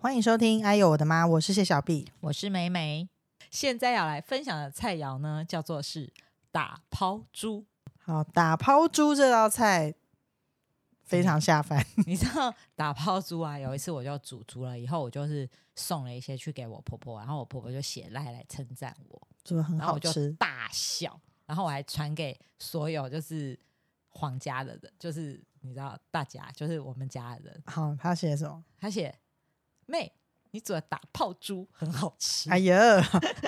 欢迎收听《哎呦我的妈》，我是谢小 B。我是梅梅。现在要来分享的菜肴呢，叫做是打抛猪。好，打抛猪这道菜非常下饭，你知道打抛猪啊？有一次我就煮猪了，以后我就是送了一些去给我婆婆，然后我婆婆就写赖来称赞我，做的很然后好我就吃。大笑，然后我还传给所有就是皇家的人，就是你知道大家，就是我们家的人，好，他写什么？他写妹。你煮的打泡猪很好吃，哎呀，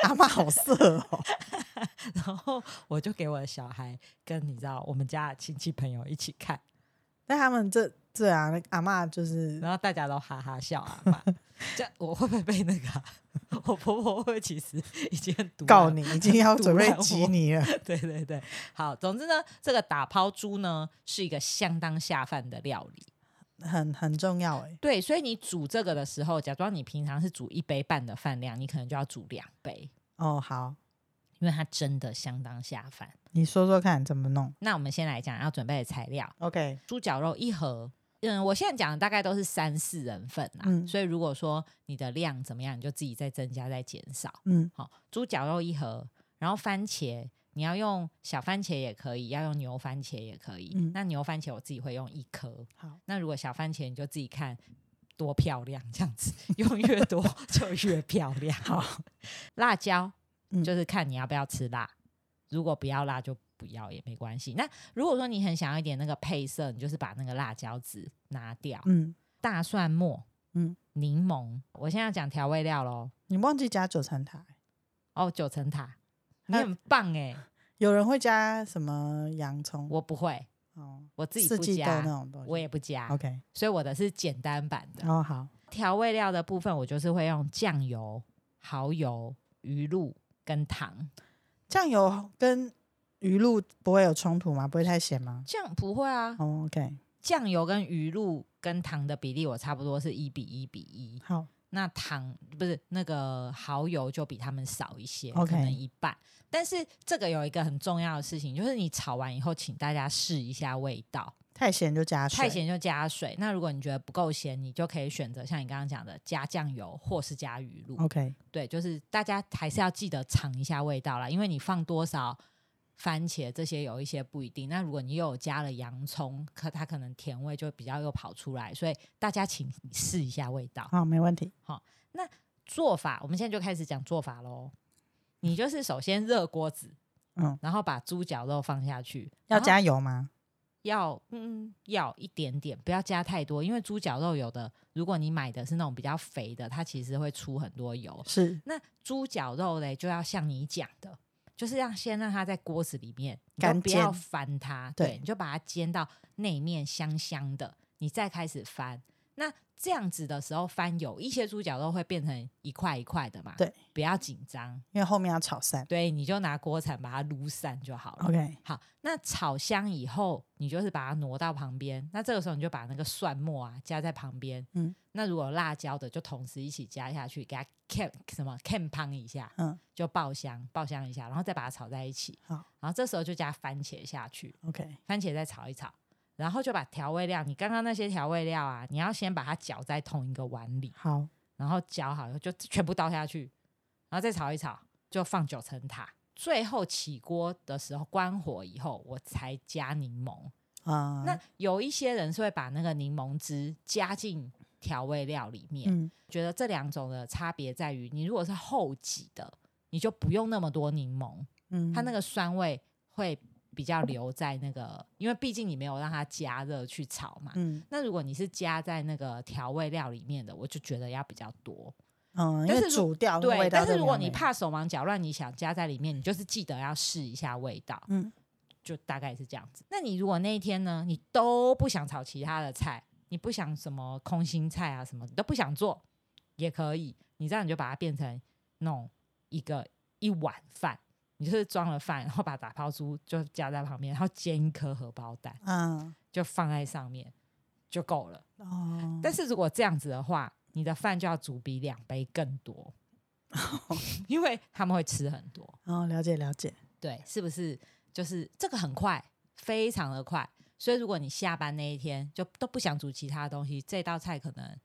阿妈好色哦！ 然后我就给我的小孩跟你知道我们家的亲戚朋友一起看， 但他们这这啊，那阿妈就是然后大家都哈哈笑啊 嘛，这样我会不会被那个啊、 我婆婆会不会其实已经很毒告了？你，已经要毒准备烂挤我你 了。 对对对，好，总之呢，这个打抛猪呢是一个相当下饭的料理。很很重要哎、对，所以你煮这个的时候，假装你平常是煮一杯半的饭量，你可能就要煮两杯，哦，好，因为它真的相当下饭。你说说看怎么弄那我们先来讲要准备的材料， ？OK，猪脚肉一盒。嗯，我现在讲的大概都是三四人份啦，嗯所以如果说你的量怎么样，你就自己再增加再减少。嗯，好、猪脚肉一盒，然后番茄，你要用小番茄也可以，要用牛番茄也可以。嗯那牛番茄我自己会用一颗，好，那如果小番茄你就自己看多漂亮，这样子用越 多就越漂亮。好， 辣椒嗯就是看你要不要吃辣，如果不要辣就。不要也没关系。那如果说你很想要一点那个配色，你就是把那个辣椒籽拿掉，嗯，大蒜末，嗯嗯，柠檬。我现在要讲调味料喽。你忘记加九层塔欸、哦，九层塔，你那很棒哎、有人会加什么洋葱？我不会，哦，我自己四不季豆那加，种东西。我也不加， OK，所以我的是简单版的。然后好，调味料的部分，我就是会用酱油、蚝油、鱼露跟糖。酱油跟鱼露不会有冲突吗？不会太咸吗、这样不会啊，哦 o k 酱油跟鱼露跟糖的比例我差不多是一比一比一，好，那糖不是那个蚝油就比他们少一些 OK 可能一半。但是这个有一个很重要的事情，就是你炒完以后，请大家试一下味道。太咸就加水。太，咸就加水。那如果你觉得不够咸，你就可以选择像你刚刚讲的加酱油或是加鱼露。 OK，对，就是大家还是要记得尝一下味道啦，因为你放多少番茄这些有一些不一定。那如果你又有加了洋葱，可它可能甜味就比较又跑出来，所以大家请试一下味道。好，没问题。做法，我们现在就开始讲做法喽。你就是首先热锅子，嗯嗯，然后把猪脚肉放下去，要然后加油吗？要嗯要一点点，不要加太多，因为猪脚肉有的，如果你买的是那种比较肥的，它其实会出很多油。是那猪脚肉嘞，就要像你讲的，就是让先让它在锅子里面，你就干不要煎翻它，对对，你就把它煎到内面香香的，你再开始翻。那这样子的时候翻有一些猪脚肉会变成一块一块的嘛，对，不要紧张，因为后面要炒散。对，你就拿锅铲把它撸散就好了。 OK，好，那炒香以后，你就是把它挪到旁边。那这个时候你就把那个蒜末啊加在旁边，嗯嗯，那如果有辣椒的就同时一起加下去，给它 can 什么 can 烹一下，嗯就爆香爆香一下，然后再把它炒在一起。好然后这时候就加番茄下去， ，OK，番茄再炒一炒，然后就把调味料，你刚刚那些调味料啊，你要先把它搅在同一个碗里，好，然后搅好以后就全部倒下去，然后再炒一炒，就放九层塔。最后起锅的时候，关火以后，我才加柠檬。啊、那有一些人是会把那个柠檬汁加进调味料里面，嗯，觉得这两种的差别在于，你如果是后挤的，你就不用那么多柠檬，嗯它那个个酸味会比较留在那个，因为毕竟你没有让它加热去炒嘛。嗯那如果你是加在那个调味料里面的，我就觉得要比较多。嗯，因但为是煮如掉那对，味道但就没有那个。是如果你怕手忙脚乱，你想加在里面，你就是记得要试一下味道，嗯就大概是这样子。那你如果那一天呢，你都不想炒其他的菜，你不想什么空心菜啊什么，你都不想做，也可以。你这样你就把它变成那种一个一碗饭，你就是装了饭，然后把打抛猪就加在旁边，然后煎一颗荷包蛋嗯就放在上面就够了。哦，但是如果这样子的话，你的饭就要煮比两杯更 多，因为他们会吃很多。哦，了解了解。对，是不是？就是这个很快，非常的快。所以如果你下班那一天就都不想煮其他的东西，这道菜可能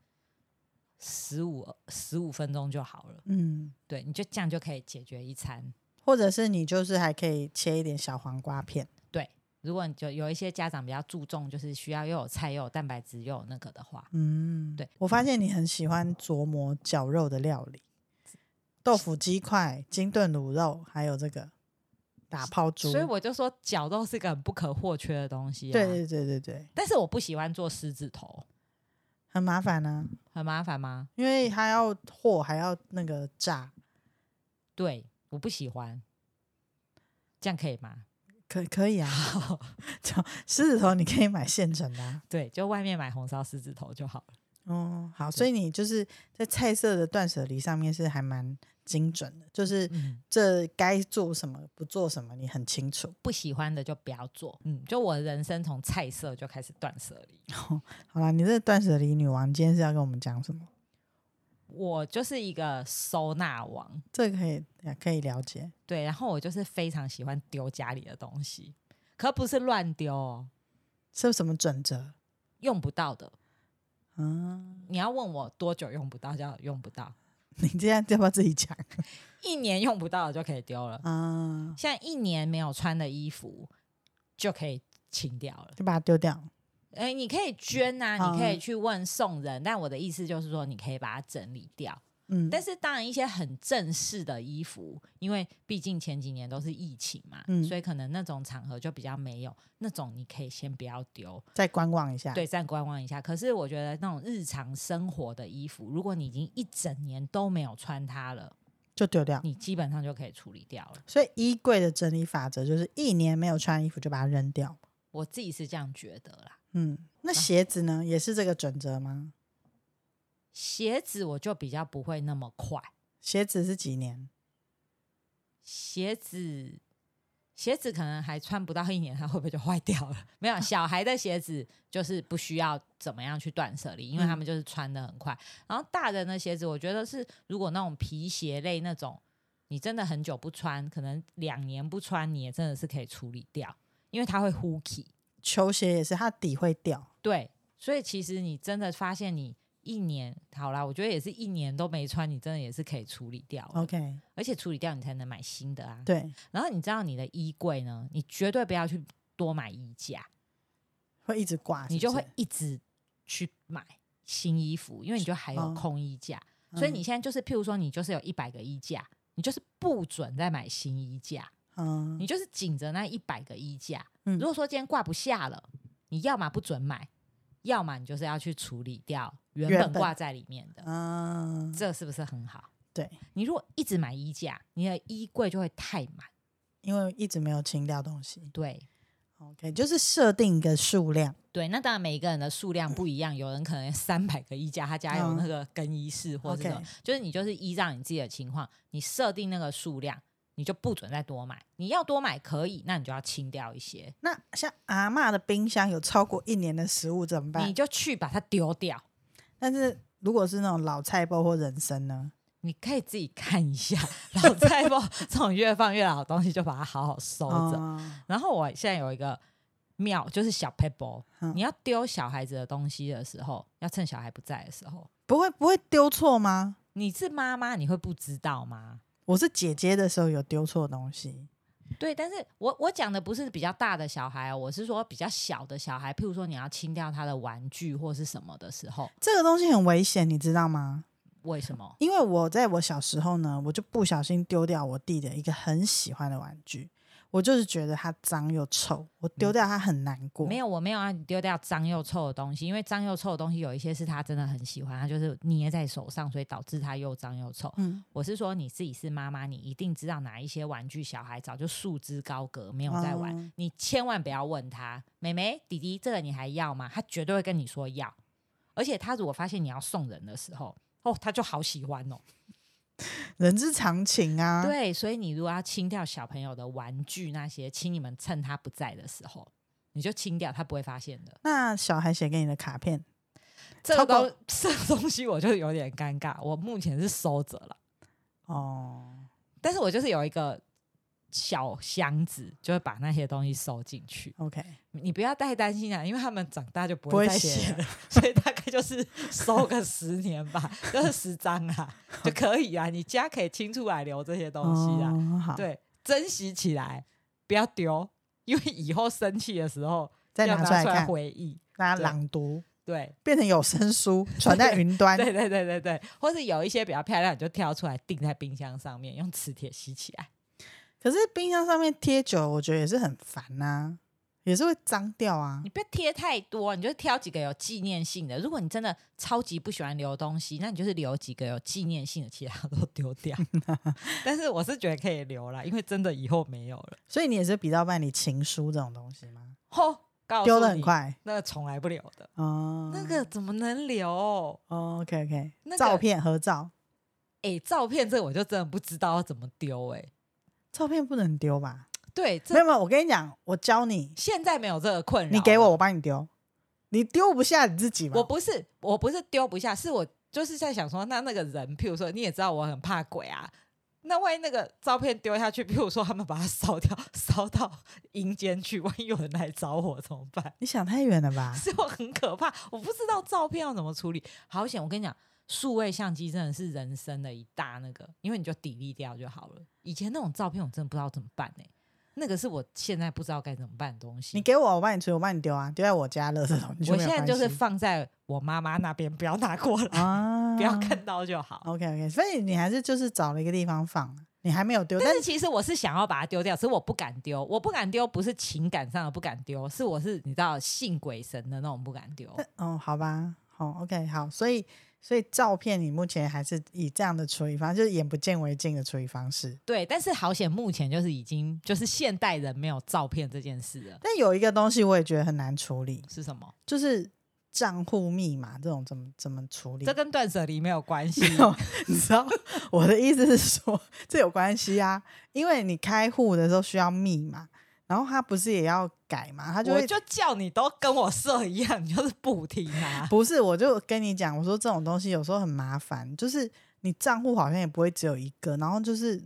十五十五分钟就好了。嗯，对，你就这样就可以解决一餐。或者是你就是还可以切一点小黄瓜片，如果你就有一些家长比较注重，就是需要又有菜又有蛋白质又有那个的话，嗯，对。我发现你很喜欢琢磨绞肉的料理，豆腐鸡块、金炖卤肉，还有这个打抛猪。所以我就说绞肉是个很不可或缺的东西、啊。对对对对对，但是我不喜欢做狮子头，很麻烦呢、很麻烦吗？因为它要和，还要那个炸，对，我不喜欢。这样可以吗？可可以啊。 就狮子头你可以买现成的、啊。对，就外面买红烧狮子头就好了。哦，好，所以你就是在菜色的断舍离上面是还蛮精准的，就是嗯，这该做什么，不做什么，你很清楚。不喜欢的就不要做。嗯，就我人生从菜色就开始断舍离。好啦，你这断舍离女王今天是要跟我们讲什么？我就是一个收纳王，这个可以啊可以了解。对，然后我就是非常喜欢丢家里的东西，可不是乱丢哦，是有什么准则？用不到的。嗯， 你要问我多久用不到，叫用不到，你这样要不要自己讲？一年用不到的就可以丢了。啊，像一年没有穿的衣服就可以清掉了。 就把它丢掉。哎、你可以捐呐、嗯你可以去问送人，但我的意思就是说，你可以把它整理掉。嗯，但是当然，一些很正式的衣服，因为毕竟前几年都是疫情嘛，嗯所以可能那种场合就比较没有，那种你可以先不要丢，再观望一下。，对，再观望一下。可是我觉得那种日常生活的衣服，如果你已经一整年都没有穿它了，就丢掉。你基本上就可以处理掉了。所以衣柜的整理法则就是一年没有穿衣服就把它扔掉。我自己是这样觉得啦。嗯，啊那鞋子呢，也是这个准则吗？鞋子我就比较不会那么快，鞋子是几年？鞋子鞋子可能还穿不到一年，它会不会就坏掉了？ 没有，小孩的鞋子就是不需要怎么样去断舍离，因为他们就是穿的很快。然后大人的鞋子，我觉得是如果那种皮鞋类那种，你真的很久不穿，可能两年不穿，你也真的是可以处理掉，因为它会呼气。球鞋也是，它底会掉。对，所以其实你真的发现你。一年好啦，我觉得也是一年都没穿，你真的也是可以处理掉了 OK，而且处理掉你才能买新的啊。对，然后你知道你的衣柜呢，你绝对不要去多买衣架，会一直挂，你就会啊是一直去买新衣服，因为你就还有哦空衣架。不是所以你现在就是，譬如说你就是有一百个衣架，你就是不准再买新衣架，嗯你就是紧着那一百个衣架。嗯如果说今天挂不下了，你要么不准买，要么你就是要去处理掉原原本本挂在里面的，嗯，这是不是很好？对，你如果一直买衣架，你的衣柜就会太满。因为一直没有清掉东西。对， OK，就是设定一个数量。对，那当然每一个人的数量不一样，有人可能三百个衣架，他家有嗯那个更衣室或者什么 OK 就是你就是依照你自己的情况，你设定那个数量，你就不准再多买。你要多买可以，那你就要清掉一些，那像阿嬷的冰箱有超过一年的食物怎么你办？就去把它丢掉。但是如果是那种老菜包或人参呢？你可以自己看一下，老菜包这种越放越老的东西，就把它好好收着。哦然后我现在有一个妙，就是小 p e b b 嗯你要丢小孩子的东西的时候，要趁小孩不在的时候。不会不会丢错吗？你是妈妈，你会不知道吗？我是姐姐的时候有丢错东西，对，但是我我讲的不是比较大的小孩、哦，我是说比较小的小孩，譬如说你要清掉他的玩具或是什么的时候，这个东西很危险，你知道吗？为什么？因为我在我小时候呢，我就不小心丢掉我弟的一个很喜欢的玩具，我就是觉得它脏又臭，我丢掉它很难过。嗯没有，有，我没有让你丢掉脏又臭的东西，因为脏又臭的东西有一些是他真的很喜欢，他就是捏在手上，所以导致他又脏又臭。嗯，我是说你自己是妈妈，你一定知道哪一些玩具小孩早就束之高阁，没有在玩，哦你千万不要问他，妹妹、弟弟，这个你还要吗？他绝对会跟你说要，而且他如果发现你要送人的时候，哦，他就好喜欢哦。人之常情啊。，对，所以你如果要清掉小朋友的玩具那些，请你们趁他不在的时候，你就清掉，他不会发现的。那小孩写给你的卡片，这超个过东这个东西我就有点尴尬，我目前是收着了，哦，但是我就是有一个小箱子，就会把那些东西收进去。 OK，你不要太担心啊，因为他们长大就不不会会再写写了，所以大概就是收个十年吧， 就是十张啊就可以啊，你家可以清出来留这些东西啊，哦、好，对，珍惜起来，不要丢，因为以后生气的时候再要拿拿出来看，回忆。大家对朗读，对变成有声书，传在云端。对对对对对，或是有一些比较漂亮，你就挑出来钉在冰箱上面，用磁铁吸起来。可是冰箱上面贴久，我觉得也是很烦呐、也是会脏掉啊你。不要贴太多，你就挑几个有纪念性的。如果你真的超级不喜欢留东西，那你就是留几个有纪念性的，其他都丢 掉。但是我是觉得可以留啦，因为真的以后没 有了。所以你也是比较办理情书这种东西吗？吼，告诉丢的很你，快那个从来不留的，哦。那个怎么能留？哦，OK OK，那个照片合照，哎、照片这我就真的不知道要怎么丢哎、照片不能丢吧？对，这没有没有，我跟你讲，我教你，现在没有这个困扰。你给我，我，帮你丢。你丢不下你自己吗？我不是，我不是丢不下，是我就是在想说，那那个人，譬如说，你也知道我很怕鬼啊。那万一那个照片丢下去，譬如说他们把它 烧掉，烧到阴间去，万一有人来找我怎么办？你想太远了 吧？所以我很可怕，我不知道照片要怎么处理。好险，我跟你讲，数位相机真的是人生的一大那个，因为你就砥砺掉就好了。以前那种照片我真的不知道怎么办呢、那个是我现在不知道该怎么办的东西。你给我，我帮你处理，我帮你丢啊，丢在我家垃圾桶。你我没有现在就是关系放在我妈妈那边，不要拿过 来，啊，不要看到就好。 OK OK，所以你还是就是找了一个地方放，啊你还没有丢，但但是其实我是想要把它丢掉，只是我不敢丢。我不敢丢，不是情感上的不敢丢，是我是你知道信鬼神的那种不敢丢。哦，好吧，好、OK 好，所以所以照片你目前还是以这样的处理方式，就是眼不见为净的处理方式。对，但是好险，目前就是已经就是现代人没有照片这件事了。但有一个东西我也觉得很难处理，是什么？就是账户密码这种怎么怎么处理？这跟断舍离没有关系。 你知道 我的意思是说，这有关系啊，因为你开户的时候需要密码，然后他不是也要改嘛，他就我会就叫你都跟我设一样，你就是不听啊。 不是，我就跟你讲，我说这种东西有时候很麻烦，就是你账户好像也不会只有一个，然后就是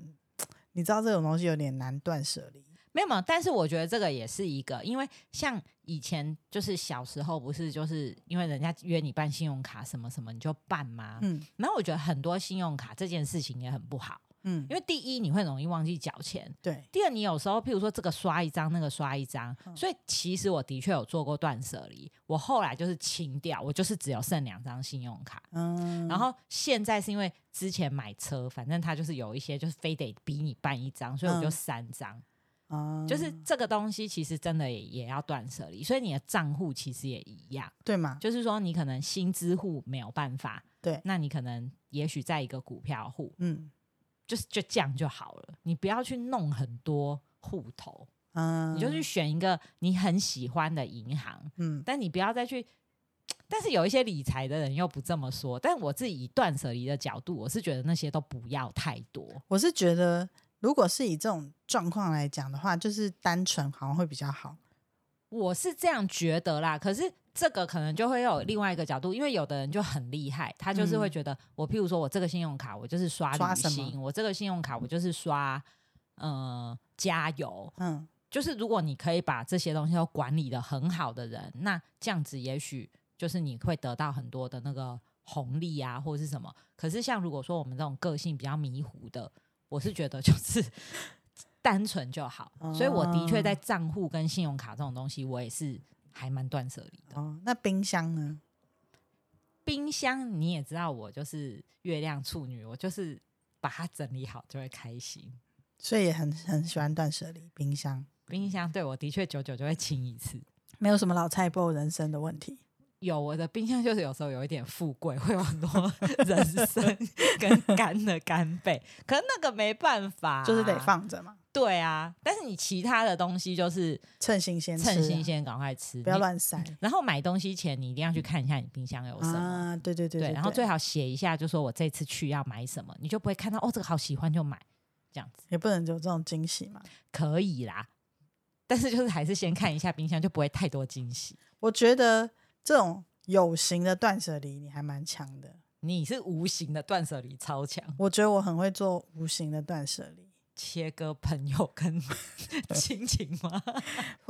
你知道这种东西有点难断舍离。没有，没有，但是我觉得这个也是一个，因为像以前就是小时候，不是就是因为人家约你办信用卡什么什么，你就办嘛。嗯然后我觉得很多信用卡这件事情也很不好，嗯因，为第一你会容易忘记缴钱，对，第二你有时候譬如说这个刷一张，那个刷一张，嗯所以其实我的确有做过断舍离，我后来就是清掉，我就是只有剩两张信用卡。嗯，然后现在是因为之前买车，反正它就是有一些就是非得逼你办一张，所以我就嗯三张。啊就是这个东西其实真的也也要断舍离，所以你的账户其实也一样，对嘛，就是说你可能薪资户没有办法，对那你可能也许在一个股票户，嗯就是就这样就好了，你不要去弄很多户头，嗯，你就去选一个你很喜欢的银行，嗯但你不要再去。但是有一些理财的人又不这么说，但我自己以断舍离的角度，我是觉得那些都不要太多。我是觉得，如果是以这种状况来讲的话，就是单纯好像会比较好。我是这样觉得啦，可是这个可能就会有另外一个角度，因为有的人就很厉害，他就是会觉得，我譬如说我这个信用卡我就是刷嗯刷旅什么行，我这个信用卡我就是刷呃加油，嗯，就是如果你可以把这些东西都管理的很好的人，那这样子也许就是你会得到很多的那个红利啊，或者是什么。可是像如果说我们这种个性比较迷糊的，我是觉得就是 单纯就好。所以我的确在账户跟信用卡这种东西，我也是还蛮断舍离的。哦，那冰箱呢？冰箱你也知道，我就是月亮处女，我就是把它整理好就会开心。所以也很很喜欢断舍离，冰箱冰箱对我的确久久就会清一次。没有什么老菜包人生的问题。有我的冰箱就是有时候有一点富贵，会有很多 人 参跟干的干贝，可是那个没办法、啊就是得。放着嘛，对啊，但是你其他的东西就是趁新鲜吃啊，趁新鲜赶快吃，不要你。乱塞。然后买东西前你一定要去看一下你冰箱有什么，啊？对对对然后最好写一下，就说我这次去要买什么，你就不会看到哦这个好喜欢就买这样子，也不能有这种惊喜嘛。可以啦。但是就是还是先看一下冰箱，就不会太多惊喜。我觉得这种有形的断舍离你还蛮强的，你是无形的断舍离超强，我觉得我很会做无形的断舍离。切割朋友跟 亲情吗？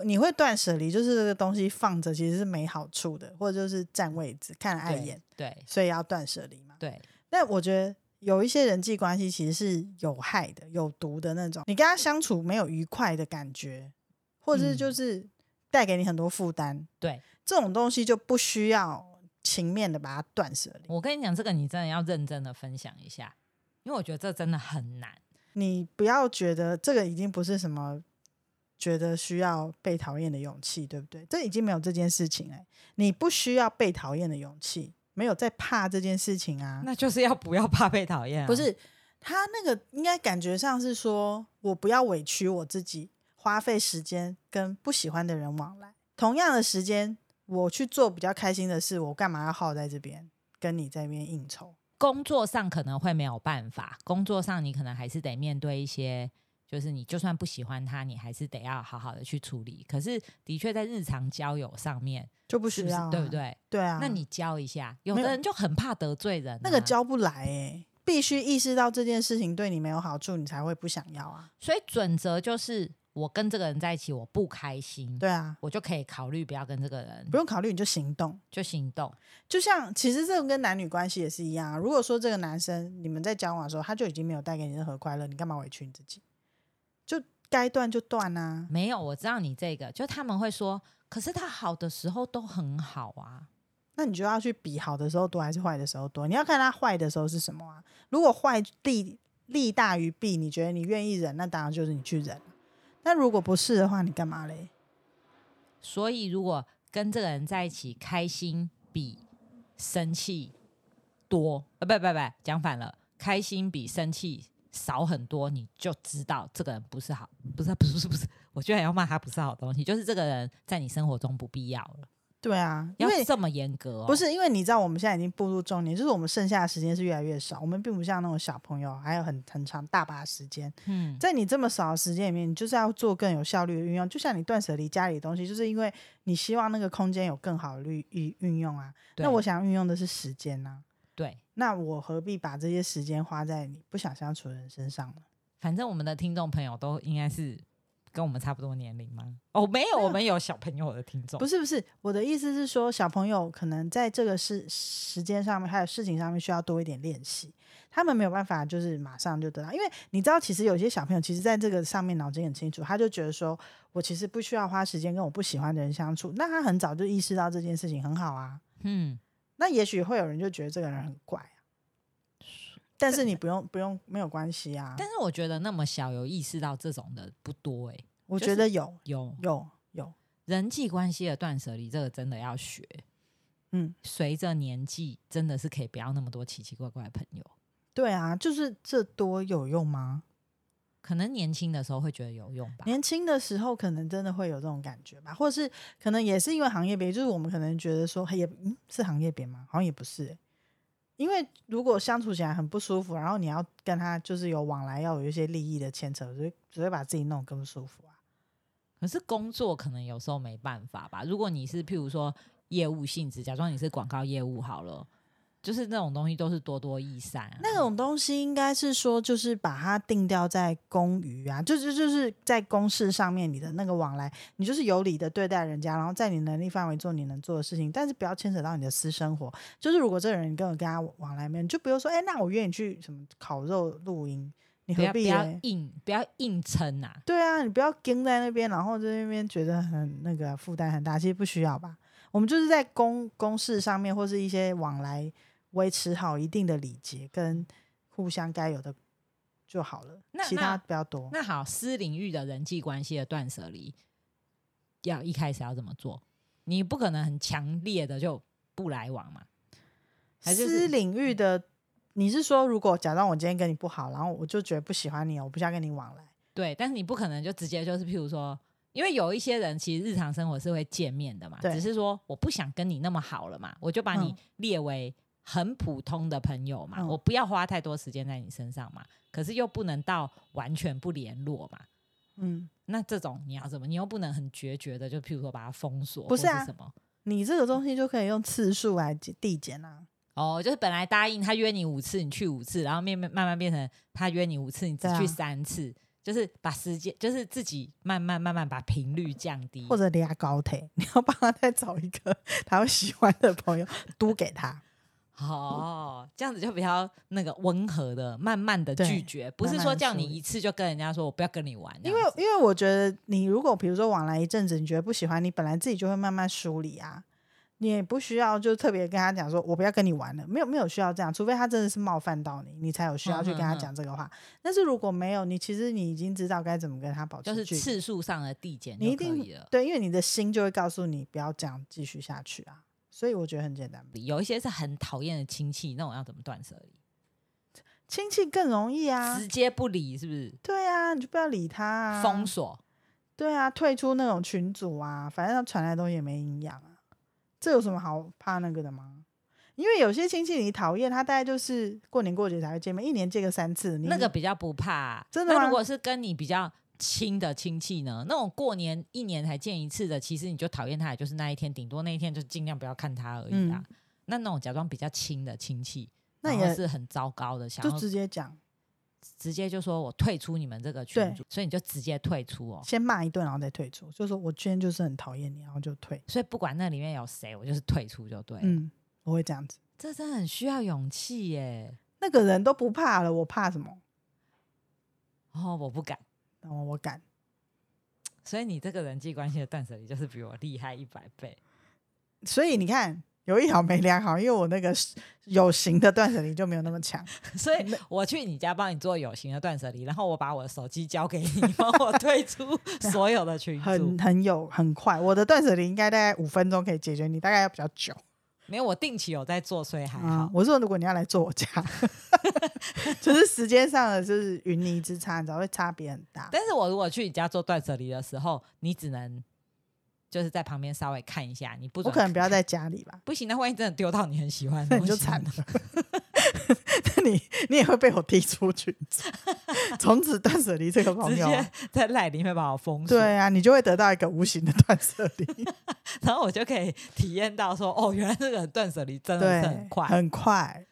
你会断舍离，就是这个东西放着其实是没好处的，或者就是占位置看了碍眼， 对所以要断舍离嘛。对但我觉得有一些人际关系其实是有害的、有毒的那种，你跟他相处没有愉快的感觉，或者是嗯就是带给你很多负担，对，这种东西就不需要情面的把它断舍离。我跟你讲，这个你真的要认真的分享一下，因为我觉得这真的很难。你不要觉得这个已经不是什么觉得需要被讨厌的勇气，对不对？这已经没有这件事情哎、你不需要被讨厌的勇气，没有在怕这件事情啊。那就是要不要怕被讨厌、啊不，是他那个应该感觉上是说我不要委屈我自己，花费时间跟不喜欢的人往来，同样的时间我去做比较开心的事，我干嘛要耗在这边跟你在那边应酬？工作上可能会没有办法，工作上你可能还是得面对一些，就是你就算不喜欢他，你还是得要好好的去处理。可是的确在日常交友上面，就不是需不是要、啊对不？对？对啊，那你教一下，有没的有人就很怕得罪人啊、那个教不来哎、必须意识到这件事情对你没有好处，你才会不想要啊。所以准则就是我跟这个人在一起，我不开心，对啊，我就可以考虑不要跟这个人不用考虑你就行动。就行动。就像其实这个跟男女关系也是一样啊。如果说这个男生你们在交往的时候，他就已经没有带给你任何快乐，你干嘛委屈你自己？就该断就断啊。没有，我知道你这个，就他们会说，可是他好的时候都很好啊。那你就要去比好的时候多还是坏的时候多。你要看他坏的时候是什么啊？如果坏利利大于弊，你觉得你愿意忍，那当然就是你去忍。那如果不是的话，你干嘛嘞？所以如果跟这个人在一起，开心比生气多，呃，不不不，讲反了，开心比生气少很多，你就知道这个人不是好，不是不是不是，我居然要骂他不是好东西，就是这个人在你生活中不必要了，对啊，因要为这么严格、哦，不是因为你知道，我们现在已经步入中年，就是我们剩下的时间是越来越少。我们并不像那种小朋友，还有很很长大把的时间。嗯，在你这么少的时间里面，你就是要做更有效率的运用。就像你断舍离家里的东西，就是因为你希望那个空间有更好的运运运用啊。对那我想运用的是时间呐、对，那我何必把这些时间花在你不想相处的人身上呢？反正我们的听众朋友都应该是跟我们差不多年龄吗？哦，没有，没有我们有小朋友的听众，不是不是，我的意思是说，小朋友可能在这个事时间上面，还有事情上面需要多一点练习。他们没有办法就是马上就得到，因为你知道，其实有些小朋友其实在这个上面脑筋很清楚，他就觉得说我其实不需要花时间跟我不喜欢的人相处。那他很早就意识到这件事情很好啊。嗯，那也许会有人就觉得这个人很怪啊，但是你不用不用没有关系啊。但是我觉得那么小有意识到这种的不多诶、我就觉是得有有有有，人际关系的断舍离，这个真的要学。嗯，随着年纪，真的是可以不要那么多奇奇怪怪的朋友。对啊，就是这多有用吗？可能年轻的时候会觉得有用吧。年轻的时候可能真的会有这种感觉吧，或是可能也是因为行业别，就是我们可能觉得说嘿也嗯是行业别吗？好像也不是欸、因为如果相处起来很不舒服，然后你要跟他就是有往来，要有一些利益的牵扯，所以只会把自己弄得更不舒服啊。可是工作可能有时候没办法吧。如果你是譬如说业务性质，假装你是广告业务好了，就是那种东西都是多多益善、啊。那种东西应该是说，就是把它定掉在公余啊，就是就是在公事上面你的那个往来，你就是有理的对待人家，然后在你能力范围做你能做的事情，但是不要牵扯到你的私生活。就是如果这个人跟我跟他往来没有，你就不用说，哎、那我约你去什么烤肉露营，你不何要不必、要呢？硬不要硬撑啊！对啊，你不要跟在那边，然后在那边觉得很那个负担很大，其实不需要吧。我们就是在公公事上面或是一些往来维持好一定的礼节跟互相该有的就好了那，其他那不要多。那好，私领域的人际关系的断舍离，要一开始要怎么做？你不可能很强烈的就不来往嘛。还是私领域的，嗯你是说如果假装我今天跟你不好，然后我就觉得不喜欢你，我不想跟你往来，对，但是你不可能就直接就是，譬如说，因为有一些人其实日常生活是会见面的嘛，对只是说我不想跟你那么好了嘛，我就把你嗯列为很普通的朋友嘛，嗯我不要花太多时间在你身上嘛，可是又不能到完全不联络嘛。嗯，那这种你要怎么？你又不能很决绝的，就譬如说把它封锁，不是啊或什么？你这个东西就可以用次数来递减啊。哦，就是本来答应他约你五次，你去五次，然后面慢慢慢变成他约你五次，你只对啊去三次，就是把时间，就是自己慢慢慢慢把频率降低，或者离他高铁，你要帮他再找一个 他会喜欢的朋友，嘟给他。哦，这样子就比较那个温和的，慢慢的对拒绝，不是慢慢说地叫你梳理一次就跟人家说我不要跟你玩这因样为子，因为我觉得你如果比如说往来一阵子，你觉得不喜欢，你本来自己就会慢慢梳理啊，你也不需要就特别跟他讲说我不要跟你玩了，没有没有需要这样，除非他真的是冒犯到你，你才有需要去跟他嗯嗯嗯讲这个话。但是如果没有，你其实你已经知道该怎么跟他保就是持距离，次数上的递减你就一可定以了。对，因为你的心就会告诉你不要这样继续下去啊。所以我觉得很简单，有一些是很讨厌的亲戚，那种要怎么断舍离？亲戚更容易啊直，接不理是不是？对啊，你就不要理他啊，封锁对啊，退出那种群组啊，反正他传来的东西也没营养啊，这有什么好怕那个的吗？因为有些亲戚你讨厌，他大概就是过年过节才会见面，一年见个三次。你那个比较不怕。真的那吗如果是跟你比较亲的亲戚呢？那种过年一年才见一次的，其实你就讨厌他，也就是那一天，顶多那一天就尽量不要看他而已啊。那那种假装比较亲的亲戚，嗯那然后也是很糟糕的，想就要直接讲，直接就说我退出你们这个群对组，所以你就直接退出哦。先骂一顿，然后再退出，就说我今天就是很讨厌你，然后就退。所以不管那里面有谁，我就是退出就对了。嗯，我会这样子。这真的很需要勇气耶。那个人都不怕了，我怕什么？哦，我不敢。然后我敢，所以你这个人际关系的断舍离就是比我厉害一百倍。所以你看有一好没两好，因为我那个有形的断舍离就没有那么强。 所以我去你家帮你做有形的断舍离，然后我把我的手机交给你，帮我退出所有的群组很。很有很快，我的断舍离应该大概五分钟可以解决，你大概要比较久没有，我定期有在做，所以还好。啊。我说如果你要来做我 家， 就是时间上的就是云泥之差，你知道会差别很大。但是我如果去你家做断舍离的时候，你只能就是在旁边稍微看一下，你不我准可能不要在家里吧，不行，那万一真的丢到你很喜欢 那的你东西就呢，惨了。那你你也会被我踢出群 组，从此断舍离这个直朋友，啊接在赖里面把我封锁，对啊，你就会得到一个无形的断舍离，然后我就可以体验到说，哦，原来这个断舍离真的对，是很快，很快，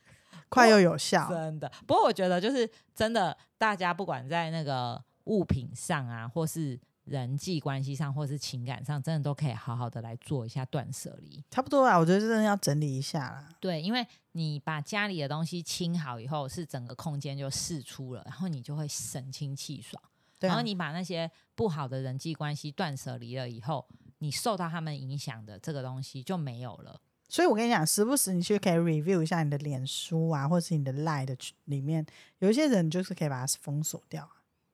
快又有效，真的。不过我觉得就是真的，大家不管在那个物品上啊，或是人际关系上，或是情感上，真的都可以好好的来做一下断舍离。差不多啊啦。我觉得真的要整理一下啦。对，因为你把家里的东西清好以后，是整个空间就释出了，然后你就会神清气爽。对然啊后，你把那些不好的人际关系断舍离了以后，你受到他们影响的这个东西就没有了。所以我跟你讲，时不时你去可以 review 一下你的脸书啊，或是你的 Line 的群里面，有一些人就是可以把它封锁掉啊，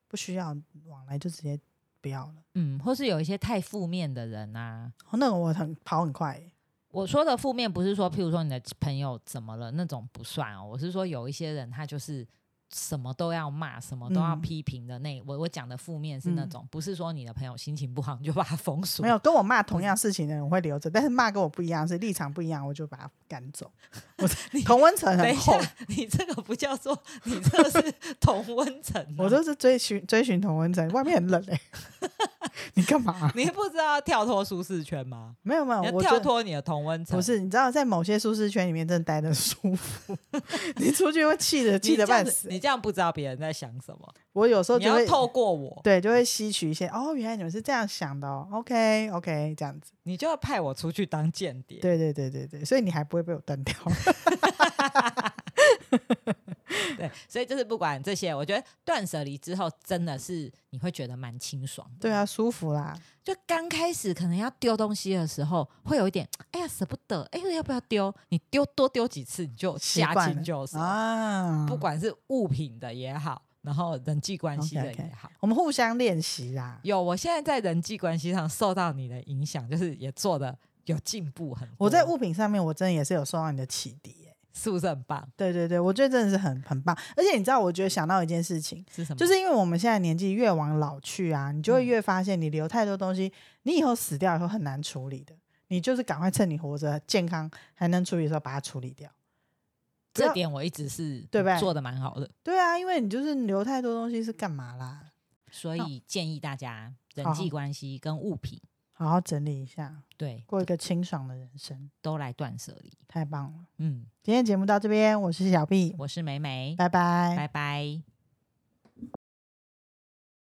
不需要往来就直接不要了。嗯，或是有一些太负面的人啊，哦，那个我很跑很快欸耶，我说的负面不是说，譬如说你的朋友怎么了那种不算哦，我是说有一些人他就是什么都要骂，什么都要嗯批评的那，我我讲的负面是那嗯种，不是说你的朋友心情不好你就把他封锁，没有跟我骂同样事情的人我会留着，但是骂跟我不一样，是立场不一样，我就把他赶 走。我同温层等一很下厚，，你 这个不叫做，你这个 是同温层、啊，我都是追寻追寻同温层，外面很冷哎、你干嘛、你不知道要跳脱舒适圈吗？没有没有你，要啊我跳就脱你的同温层，不是，你知道，在某些舒适圈里面，真的待的舒服。 你出去会气的你气这的样半子，死。你这样不知道别人在想什么，我有时候你就要会透过我，对，就会吸取一些哦，原来你们是这样想的哦，OK OK，这样子，你就要派我出去当间谍。对对对对对，所以你还不会被我断 掉，对，所以就是不管这些，我觉得断舍离之后，真的是你会觉得蛮清爽的。对啊，舒服 啦，就刚开始可能要丢东西的时候，会有一点，哎呀舍不得，哎呀要不要丢？你丢多丢几次，你就习驾惯轻了就熟。啊，不管是物品的也好，然后人际关系的 OK，OK 也好。我们互相练习啦。有，我现在在人际关系上受到你的影响，就是也做的有进步很多。我在物品上面，我真的也是有受到你的启迪耶、是不是很棒？对对对，我觉得真的是很很棒，而且你知道，我觉得想到一件事情，是什么？嗯就是因为我们现在年纪越往老去啊，你就会越发现，你留太多东西，你以后死掉以后很难处理的，你就是赶快趁你活着健康还能处理的时候把它处理掉。不这要点我一直是对吧做的蛮好的，对啊，因为你就是留太多东西是干嘛啦？所那以建议大家人好际关系跟物品好好整理一下，对过一个清爽的人生，都来断舍离。太棒了！嗯，今天节目到这边，我是小 B，我是美美，嗯拜拜拜拜